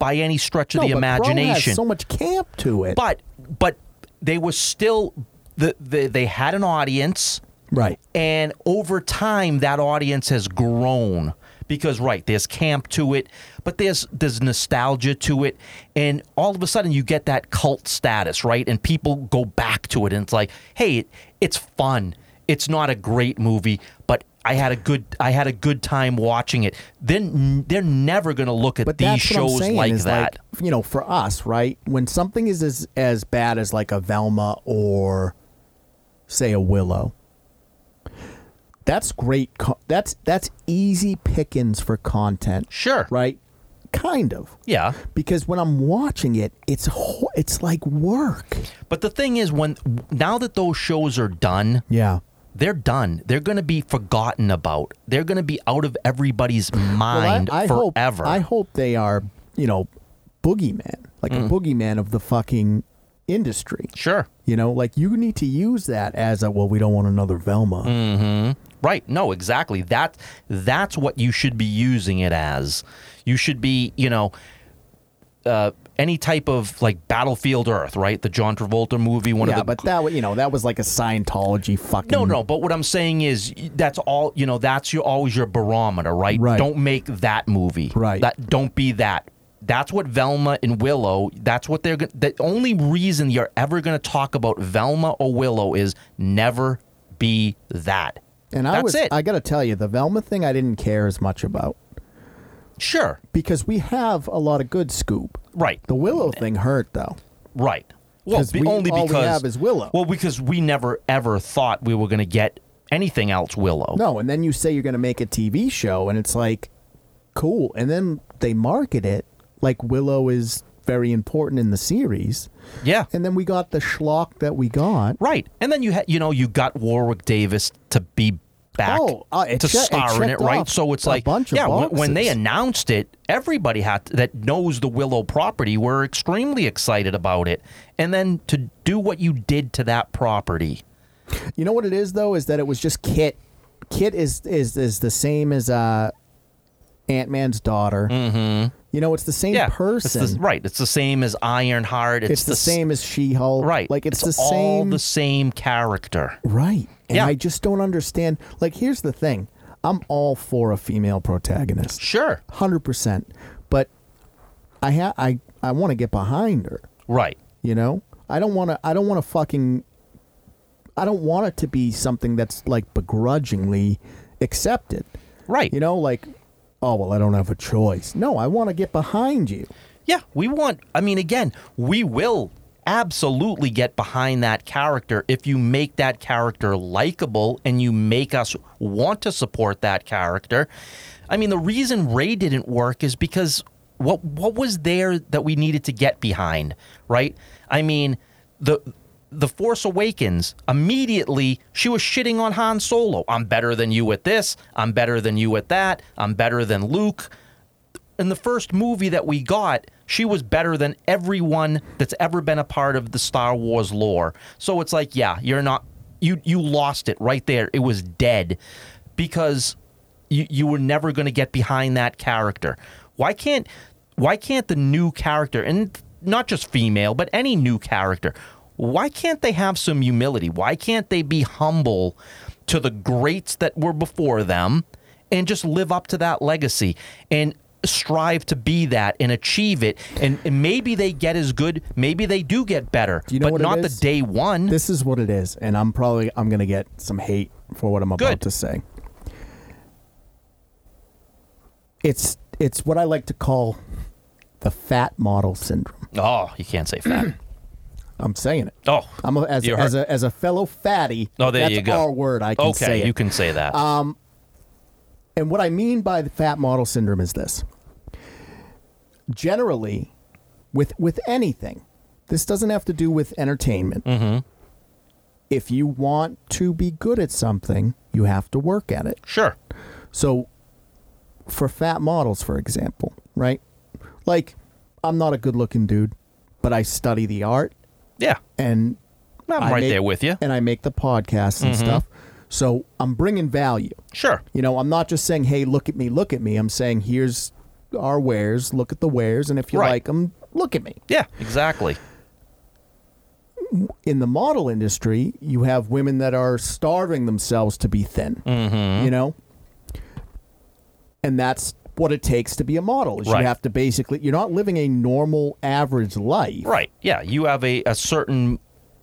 by any stretch of No, the but Crow has imagination. so much camp to it. but but they were still the, the they had an audience right. and over time that audience has grown because right there's camp to it but there's there's nostalgia to it and all of a sudden you get that cult status right and people go back to it and it's like hey it, it's fun it's not a great movie but I had a good I had a good time watching it. Then they're never going to look at But these that's what I'm shows saying, like is that. Like, you know, for us, right? When something is as, as bad as like a Velma or say a Willow, that's great. Co- that's that's easy pickings for content, sure. right? Kind of. Yeah. Because when I'm watching it, it's ho- it's like work. But the thing is when now that those shows are done, Yeah. they're done. They're going to be forgotten about. They're going to be out of everybody's Well, mind forever. Hope, I hope they are, you know, boogeyman, like Mm. a boogeyman of the fucking industry. sure. You know, like you need to use that as a well, we don't want another Velma. Right. No, exactly. That that's what you should be using it as. You should be, you know, uh, any type of like Battlefield Earth, right? The John Travolta movie, one yeah, of the but that wa- you know that was like a Scientology fucking. No, no, but what I'm saying is y- that's all, you know, that's your always your barometer, right? Right. Don't make that movie. Right. That don't be that. That's what Velma and Willow, that's what they're go- the only reason you're ever going to talk about Velma or Willow is never be that. and I that's was it. I got to tell you, the Velma thing I didn't care as much about sure. because we have a lot of good scoop. Right. The Willow thing hurt though. Right. Well, 'Cause be- we- only all we because have is Willow. Well, because we never ever thought we were going to get anything else Willow. No, and then you say you're going to make a TV show, and it's like, cool. And then they market it like Willow is very important in the series, Yeah. and then we got the schlock that we got. Right. And then you had you know you got Warwick Davis to be back Oh, uh, it to che- it star in it, checked right? off So it's a like bunch of yeah, when- when they boxes. announced it, everybody had to, that knows the Willow property were extremely excited about it. And then to do what you did to that property. You know what it is though is that it was just Kit. Kit is is is the same as uh, Ant Man's daughter. Mm-hmm. You know, it's the same Yeah. it's person. the- right. It's the same as Ironheart. It's, It's the s- same as She Hulk. Right. Like it's, the all same. the same character. right. And Yeah. I just don't understand. Like, here's the thing. I'm all for a female protagonist. Sure. hundred percent. But I ha- I I want to get behind her. Right. You know, I don't want to. I don't want to fucking. I don't want it to be something that's like begrudgingly accepted. Right. You know, like, oh well, I don't have a choice. No, I want to get behind you. Yeah, we want. I mean, again, we will absolutely get behind that character if you make that character likable and you make us want to support that character. I mean, the reason Ray didn't work is because what what was there that we needed to get behind, right? I mean, the the Force Awakens, immediately she was shitting on Han Solo. I'm better than you at this. I'm better than you at that. I'm better than Luke in the first movie that we got, she was better than everyone that's ever been a part of the Star Wars lore. So it's like, yeah, you're not you you lost it right there. It was dead because you you were never going to get behind that character. Why can't why can't the new character and not just female, but any new character, why can't they have some humility? Why can't they be humble to the greats that were before them? and just live up to that legacy and strive to be that and achieve it. And, and maybe they get as good, maybe they do get better, you know but what it not the is? day one. This is what it is, and I'm probably I'm gonna get some hate for what I'm about Good. to say. It's it's what I like to call the fat model syndrome. oh, you can't say fat. I'm saying it. oh, I'm a, as, You're a, hurt. as, a, as a fellow fatty. Oh, there that's you go. Our word, I can okay, say it. Uh, you can say that. And what I mean by the fat model syndrome is this: generally, with with anything, this doesn't have to do with entertainment. Mm-hmm. If you want to be good at something, you have to work at it. sure. So, for fat models, for example, right? Like, I'm not a good looking dude, but I study the art Yeah. and I'm I right make- there with you. Mm-hmm. and I make the podcasts and stuff. So I'm bringing value. Sure. You know, I'm not just saying, "Hey, look at me, look at me." I'm saying, "Here's our wares. Look at the wares, and if you Right. like 'em, like them, look at me." Yeah, exactly. In the model industry, you have women that are starving themselves to be thin. Mm-hmm. You know, and that's what it takes to be a model. Is Right. You have to basically, you're not living a normal, average life. Right. Yeah, you have a, a certain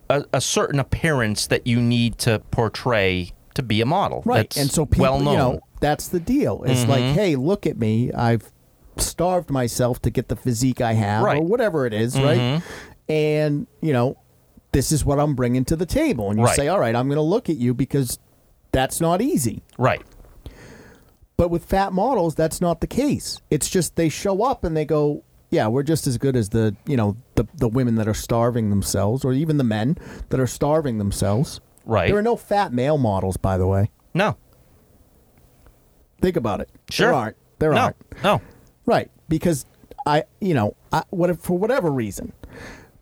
a, a certain appearance that you need to portray to be a model. Right. That's Mm-hmm. and so people, well known. you know, that's the deal. It's like, hey, look at me. I've starved myself to get the physique I have Right. Mm-hmm. or whatever it is, right? And, you know, this is what I'm bringing to the table. And you Right. say, all right, I'm going to look at you because that's not easy. right. But with fat models, that's not the case. It's just they show up and they go, yeah, we're just as good as the, you know, the, the women that are starving themselves or even the men that are starving themselves. Right. There are no fat male models, by the way. No. Think about it. Sure. There aren't. There no. aren't. No. Right. Because I, you know, I, what for whatever reason.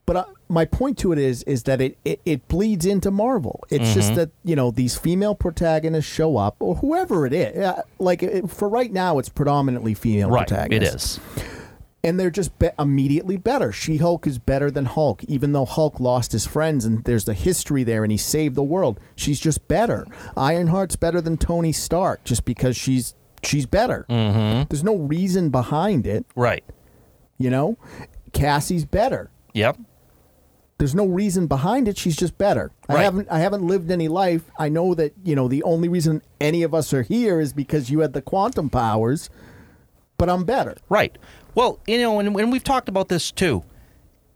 But I, my point to it is, is that it, it, it bleeds into Marvel. It's Mm-hmm. just that you know these female protagonists show up, or whoever it is. Yeah, Like it, for right now, it's predominantly female Right. It protagonists. is. and they're just be- immediately better. She Hulk is better than Hulk, even though Hulk lost his friends and there's the history there, and he saved the world. She's just better. Ironheart's better than Tony Stark just because she's she's better. Mm-hmm. There's no reason behind it, Right. you know. Cassie's better. Yep. There's no reason behind it. She's just better. I Right. haven't I haven't lived any life. I know that you know the only reason any of us are here is because you had the quantum powers, but I'm better. Right. Well, you know, and, and we've talked about this too.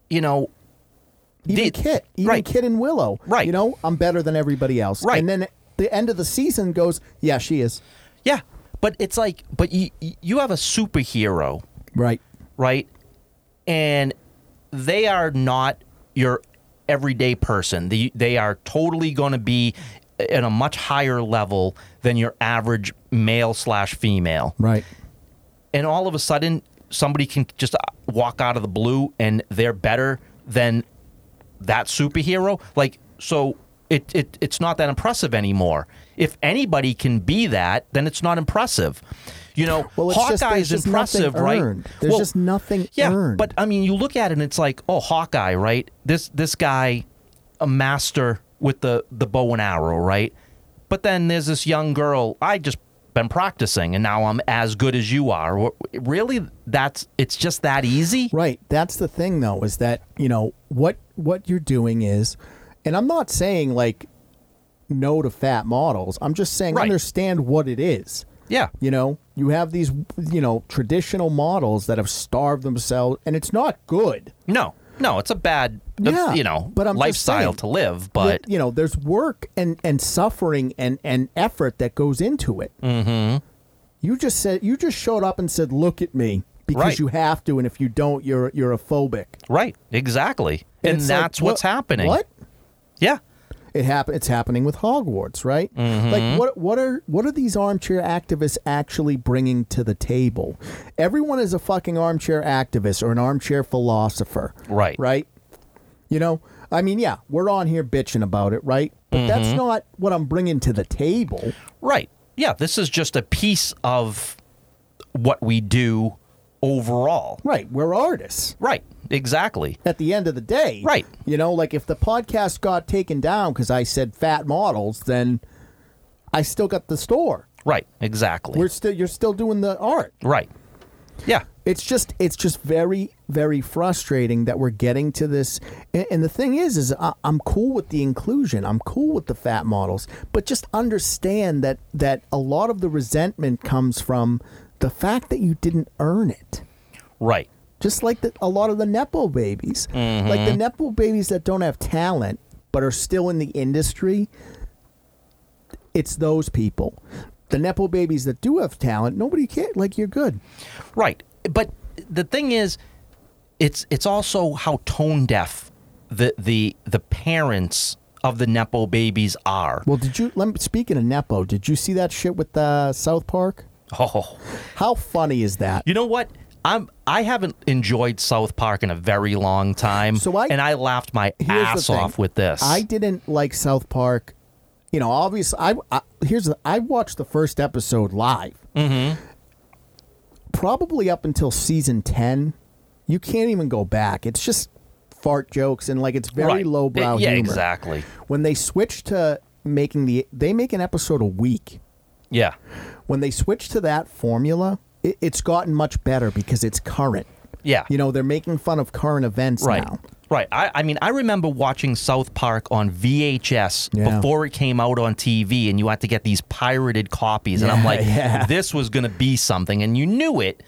You know, Even Did- Kit, even right. Kit and Willow. Right. You know, I'm better than everybody else. Right. And then at the end of the season goes, yeah, she is. yeah, but it's like, but you you have a superhero, Right. right? And they are not your everyday person. They they are totally going to be at a much higher level than your average male slash female. Right. and all of a sudden somebody can just uh, walk out of the blue and they're better than that superhero like so it, it it's not that impressive anymore if anybody can be that then it's not impressive you know Well, it's just- hawkeye there's is just nothing impressive right earned. There's Well, just nothing yeah earned. but i mean you look at it and it's like oh hawkeye right this this guy a master with the the bow and arrow right but then there's this young girl i just been practicing and now i'm as good as you are Wh- really that's it's just that easy Right. That's the thing though, is that, you know, what what you're doing is and I'm not saying like no to fat models. I'm just saying Right. understand what it is. yeah You know, you have these you know, traditional models that have starved themselves and it's not good. No, no, it's a bad, uh, Yeah, you know, but I'm just lifestyle saying. to live. y- But you know there's work and and suffering and and effort that goes into it mm-hmm. you just said you just showed up and said look at me because Right. you have to and if you don't you're you're a phobic right, exactly, and, it's like, that's what's what- happening. what Yeah, it happen it's happening with hogwarts right Mm-hmm. like what what are what are these armchair activists actually bringing to the table everyone is a fucking armchair activist or an armchair philosopher Right. right you know i mean yeah we're on here bitching about it right but that's Mm-hmm. not what i'm bringing to the table right. Yeah, this is just a piece of what we do overall. right we're artists Right, exactly. at the end of the day Right. you know like if the podcast got taken down because i said fat models then i still got the store Right, exactly. we're still you're still doing the art right. Yeah, it's just it's just very very frustrating that we're getting to this and, and the thing is is I, i'm cool with the inclusion i'm cool with the fat models but just understand that that a lot of the resentment comes from the fact that you didn't earn it right. just like the, a lot of the nepo babies like the nepo babies that don't have talent but are still in the industry it's those people the nepo babies that do have talent nobody can like you're good Right. But the thing is, it's it's also how tone deaf the the the parents of the nepo babies are. Well, did you? Let me, speaking of Nepo, did you see that shit with uh, South Park? Oh. How funny is that? You know what? I'm I haven't enjoyed South Park in a very long time. So I- and I laughed my Here's the ass thing. off with this. I didn't like South Park. You know, obviously, I, I here's the, I watched the first episode live. Mm-hmm. Probably up until season ten, you can't even go back. It's just fart jokes and like it's very Right. lowbrow Yeah, humor. exactly. When they switch to making the, they make an episode a week. Yeah. when they switch to that formula, it, it's gotten much better because it's current. Yeah. You know, they're making fun of current events right. now. Right. Right. I, I mean, I remember watching South Park on VHS Yeah. before it came out on TV, and you had to get these pirated copies. And I'm Yeah, like, yeah. this was going to be something, and you knew it,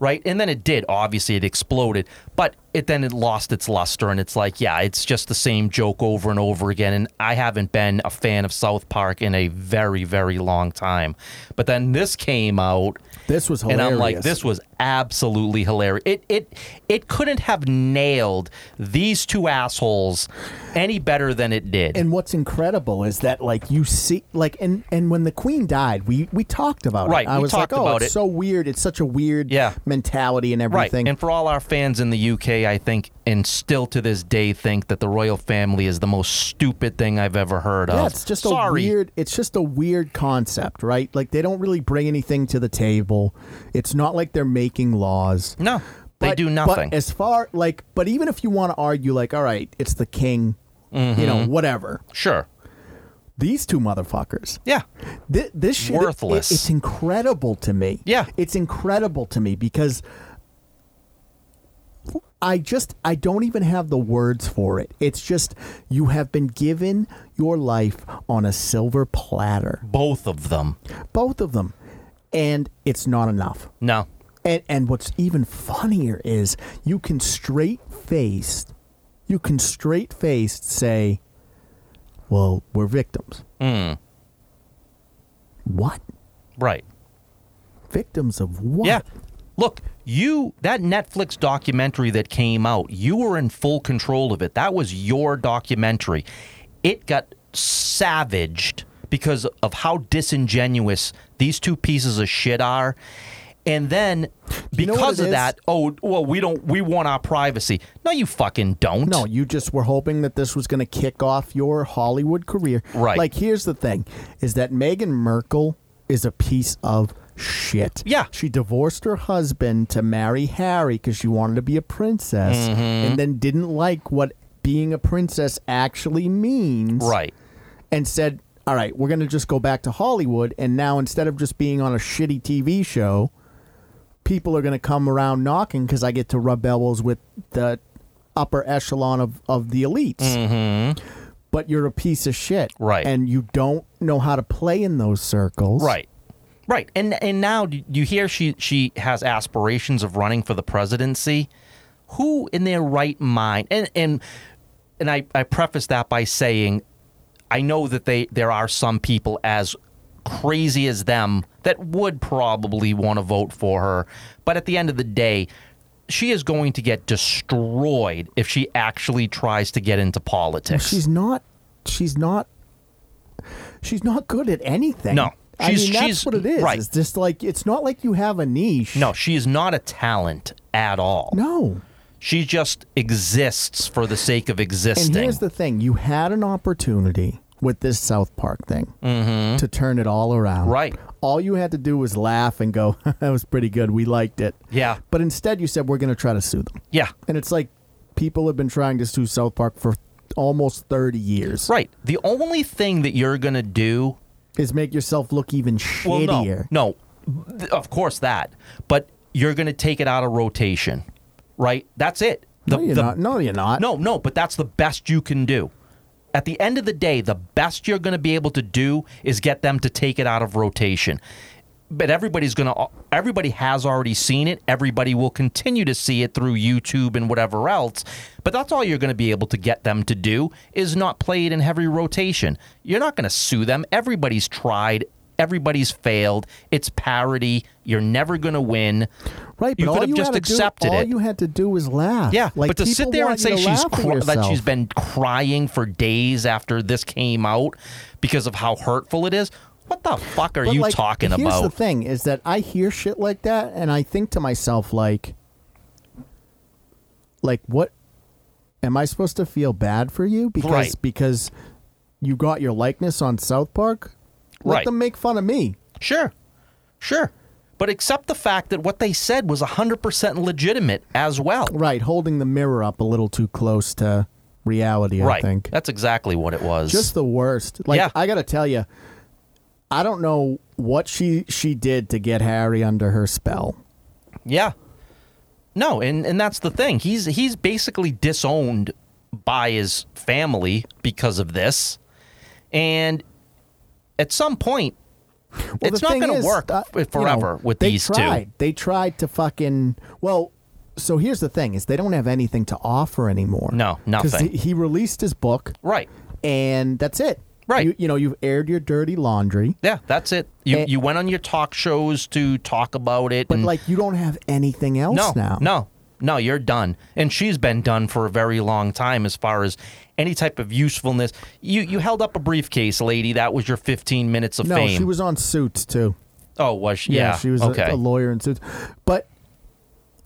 right? And then it did. Obviously, it exploded, but it then it lost its luster, and it's like, yeah, it's just the same joke over and over again. And I haven't been a fan of South Park in a very, very long time. But then this came out, This was hilarious. and I'm like, this was absolutely hilarious. It it it couldn't have nailed these two assholes any better than it did. And what's incredible is that like you see like and and when the queen died, we we talked about Right, it. I we was talked like, oh, about it's it. so weird. It's such a weird Yeah. mentality and right. everything. And for all our fans in the UK, I think and still to this day think that the royal family is the most stupid thing I've ever heard yeah, of. it's just a uh, Sorry. weird. It's just a weird concept, right? Like they don't really bring anything to the table. It's not like they're making laws. No. They But- do nothing. But as far like, but even if you want to argue, like, all right, it's the king, you know, Mm-hmm. whatever. sure. These two motherfuckers. Yeah. Th- this shit, it- Worthless. it- it's incredible to me. Yeah. it's incredible to me because I just I don't even have the words for it. It's just you have been given your life on a silver platter, Both of them. both of them, and it's not enough. No. And and what's even funnier is you can straight faced, you can straight faced say, "Well, we're victims." What? Right. Victims of what? Yeah. Look, you that Netflix documentary that came out, you were in full control of it. That was your documentary. It got savaged because of how disingenuous these two pieces of shit are. And then You know what because it of is? that, oh well, we don't we want our privacy. No, you fucking don't. No, you just were hoping that this was going to kick off your Hollywood career. Right. Like, here's the thing: is that Meghan Merkel is a piece of shit. Yeah. She divorced her husband to marry Harry because she wanted to be a princess, Mm-hmm. and then didn't like what being a princess actually means. Right. And said, "All right, we're going to just go back to Hollywood." And now, instead of just being on a shitty TV show. People are going to come around knocking because I get to rub elbows with the upper echelon of, of the elites but you're a piece of shit. Mm-hmm. Right. And you don't know how to play in those circles. Right. Right. And and now do you hear she she has aspirations of running for the presidency. Who in their right mind and and and I, I preface that by saying I know that they there are some people as crazy as them that would probably want to vote for her, but at the end of the day, she is going to get destroyed if she actually tries to get into politics. She's not she's not she's not good at anything. No. I She's- mean that's she's- what it is. right. It's just like it's not like you have a niche. no, she is not a talent at all. No. She just exists for the sake of And existing. here's the thing, you had an opportunity with this South Park thing to turn it all around. Mm-hmm. Right. All you had to do was laugh and go, that was pretty good. We liked it. Yeah. But instead you said we're gonna try to sue them. yeah. And it's like people have been trying to sue South Park for almost 30 years. Right. The only thing that you're going to do Is make yourself look even well, shittier. no. No. Th- Of course that. But you're going to take it out of rotation. Right? That's it. The- you're the- not. No, you're not. No, no, but that's the best you can do. At the end of the day, the best you're going to be able to do is get them to take it out of rotation. But everybody's going to everybody has already seen it. Everybody will continue to see it through YouTube and whatever else. But that's all you're going to be able to get them to do is not play it in heavy rotation. You're not going to sue them. Everybody's tried. Everybody's failed. It's parody. You're never going to win. Right, but You could all have you just had to accepted do, All it. you had to do was laugh. Yeah, like but to sit people there and want say you to laugh she's at cr- that yourself. she's been crying for days after this came out because of how hurtful it is. What the fuck are But, you like, talking here's about? the thing: is that I hear shit like that, and I think to myself, like, like what am I supposed to feel bad for you because Right. because you got your likeness on South Park? Let Right. them make fun of me. Sure, sure, but accept the fact that what they said was hundred percent legitimate as well. Right, holding the mirror up a little too close to reality, I Right, think. that's exactly what it was. Just the worst. Like Yeah. I got to tell you, I don't know what she she did to get Harry under her spell. Yeah. No, and, and that's the thing. He's he's basically disowned by his family because of this. And at some point, Well, it's the not thing going is, to work uh, f- you know, forever with they these tried. two. They tried to fucking well. So here's the thing: is they don't have anything to offer anymore. No, 'Cause nothing. He, he released his book, Right. and that's it. Right. You, you know, you've aired your dirty laundry, Yeah, that's it. You, Eh. you went on your talk shows to talk about it. but and like you don't have anything else no, now. no, no, you're done. And she's been done for a very long time as far as any type of usefulness. You you held up a briefcase, lady. That was your 15 minutes of no. fame. She was on Suits too. oh, was she? Yeah, she was a- okay. a, lawyer in Suits. But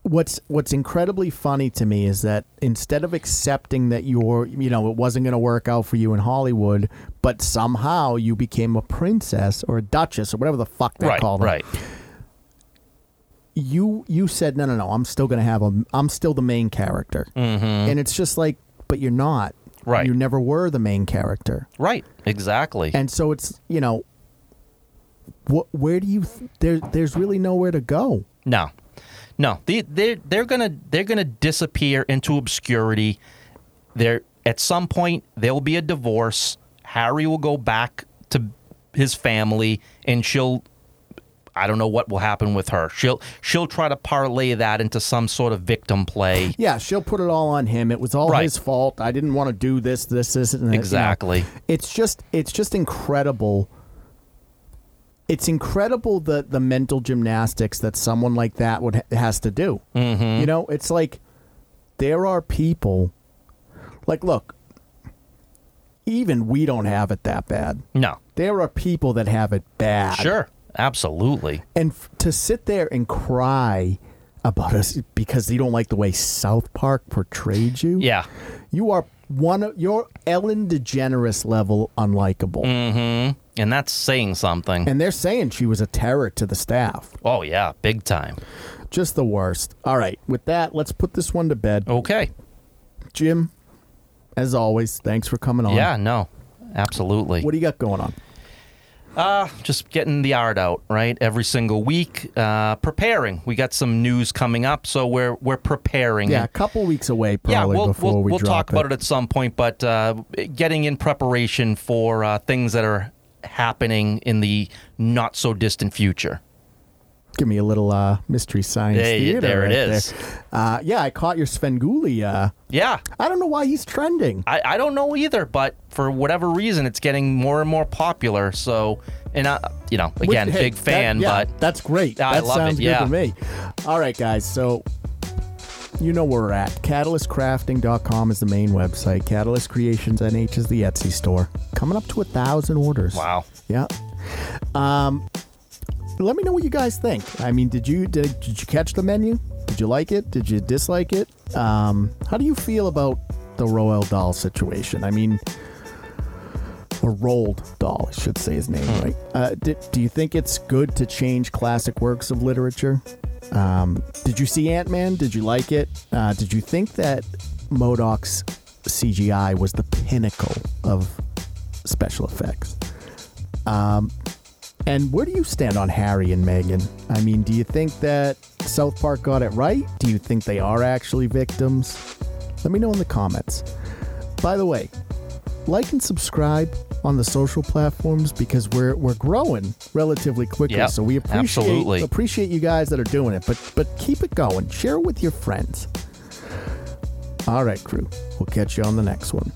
what's what's incredibly funny to me is that instead of accepting that you're, you know, it wasn't going to work out for you in Hollywood, but somehow you became a princess or a duchess or whatever the fuck they right, call them. right. You you said no, no, no. I'm still going to have a. I'm still the main character, and it's just like, but you're not. Mm-hmm. Right. You never were the main character. Right, exactly. And so it's, you know, wh- where do you th- there there's really nowhere to go. no, no, they they they're gonna they're gonna disappear into obscurity. There at some point there'll be a divorce. Harry will go back to his family, and she'll. I don't know what will happen with her. She'll she'll try to parlay that into some sort of victim play. Yeah, she'll put it all on him. It was all Right. his fault. I didn't want to do this, this, this, and that, you know. Exactly. It's just it's just incredible. It's incredible the the mental gymnastics that someone like that would has to do. Mm-hmm. You know, it's like there are people like look, even we don't have it that bad. No, There are people that have it bad. sure, absolutely. And f- to sit there and cry about us because you don't like the way South Park portrayed you. Yeah, You are one of your Ellen DeGeneres level unlikable. Mm. and that's saying something. And they're saying she was a terror to the staff. oh yeah, big time. Just the worst. All right, with that, let's put this one to bed. Okay. Jim, as always, thanks for coming on. Yeah. No. Absolutely. What do you got going on? Uh, just getting the art out, right? Every single week. Uh, preparing. We got some news coming up, so we're we're preparing. Yeah, a couple weeks away probably Mm. Yeah, we'll before we'll, we we'll drop talk about it at some point, but uh, getting in preparation for uh, things that are happening in the not so distant future. Give me a little uh, mystery science There you- theater. there it right is. Uh, yeah, I caught your Svengoolie. Uh, Yeah, I don't know why he's trending. I, I don't know either, but for whatever reason, it's getting more and more popular. So, and I, you know, again, Which- hey, big fan, that- yeah, but that's great. I that love it, sounds good yeah. to me. All right, guys. So you know where we're at. CatalystCrafting.com is the main website. Catalyst Creations NH is the Etsy store. Coming up to a thousand orders. wow, Yeah. Um, let me know what you guys think. I mean, did you did, did you catch the menu? Did you like it? Did you dislike it? Um, how do you feel about the Royal Doll situation? I mean, or Rolled Doll, I should say his name, right? Uh, did, do you think it's good to change classic works of literature? Um, did you see Ant Man? Did you like it? Uh, did you think that Modoc's CGI was the pinnacle of special effects? Um, And where do you stand on Harry and Meghan? I mean, do you think that South Park got it right? Do you think they are actually victims? Let me know in the comments. By the way, like and subscribe on the social platforms because we're we're growing relatively quickly. Yep, so we appreciate absolutely. appreciate you guys that are doing it. But but keep it going. Share it with your friends. All right, crew. We'll catch you on the next one.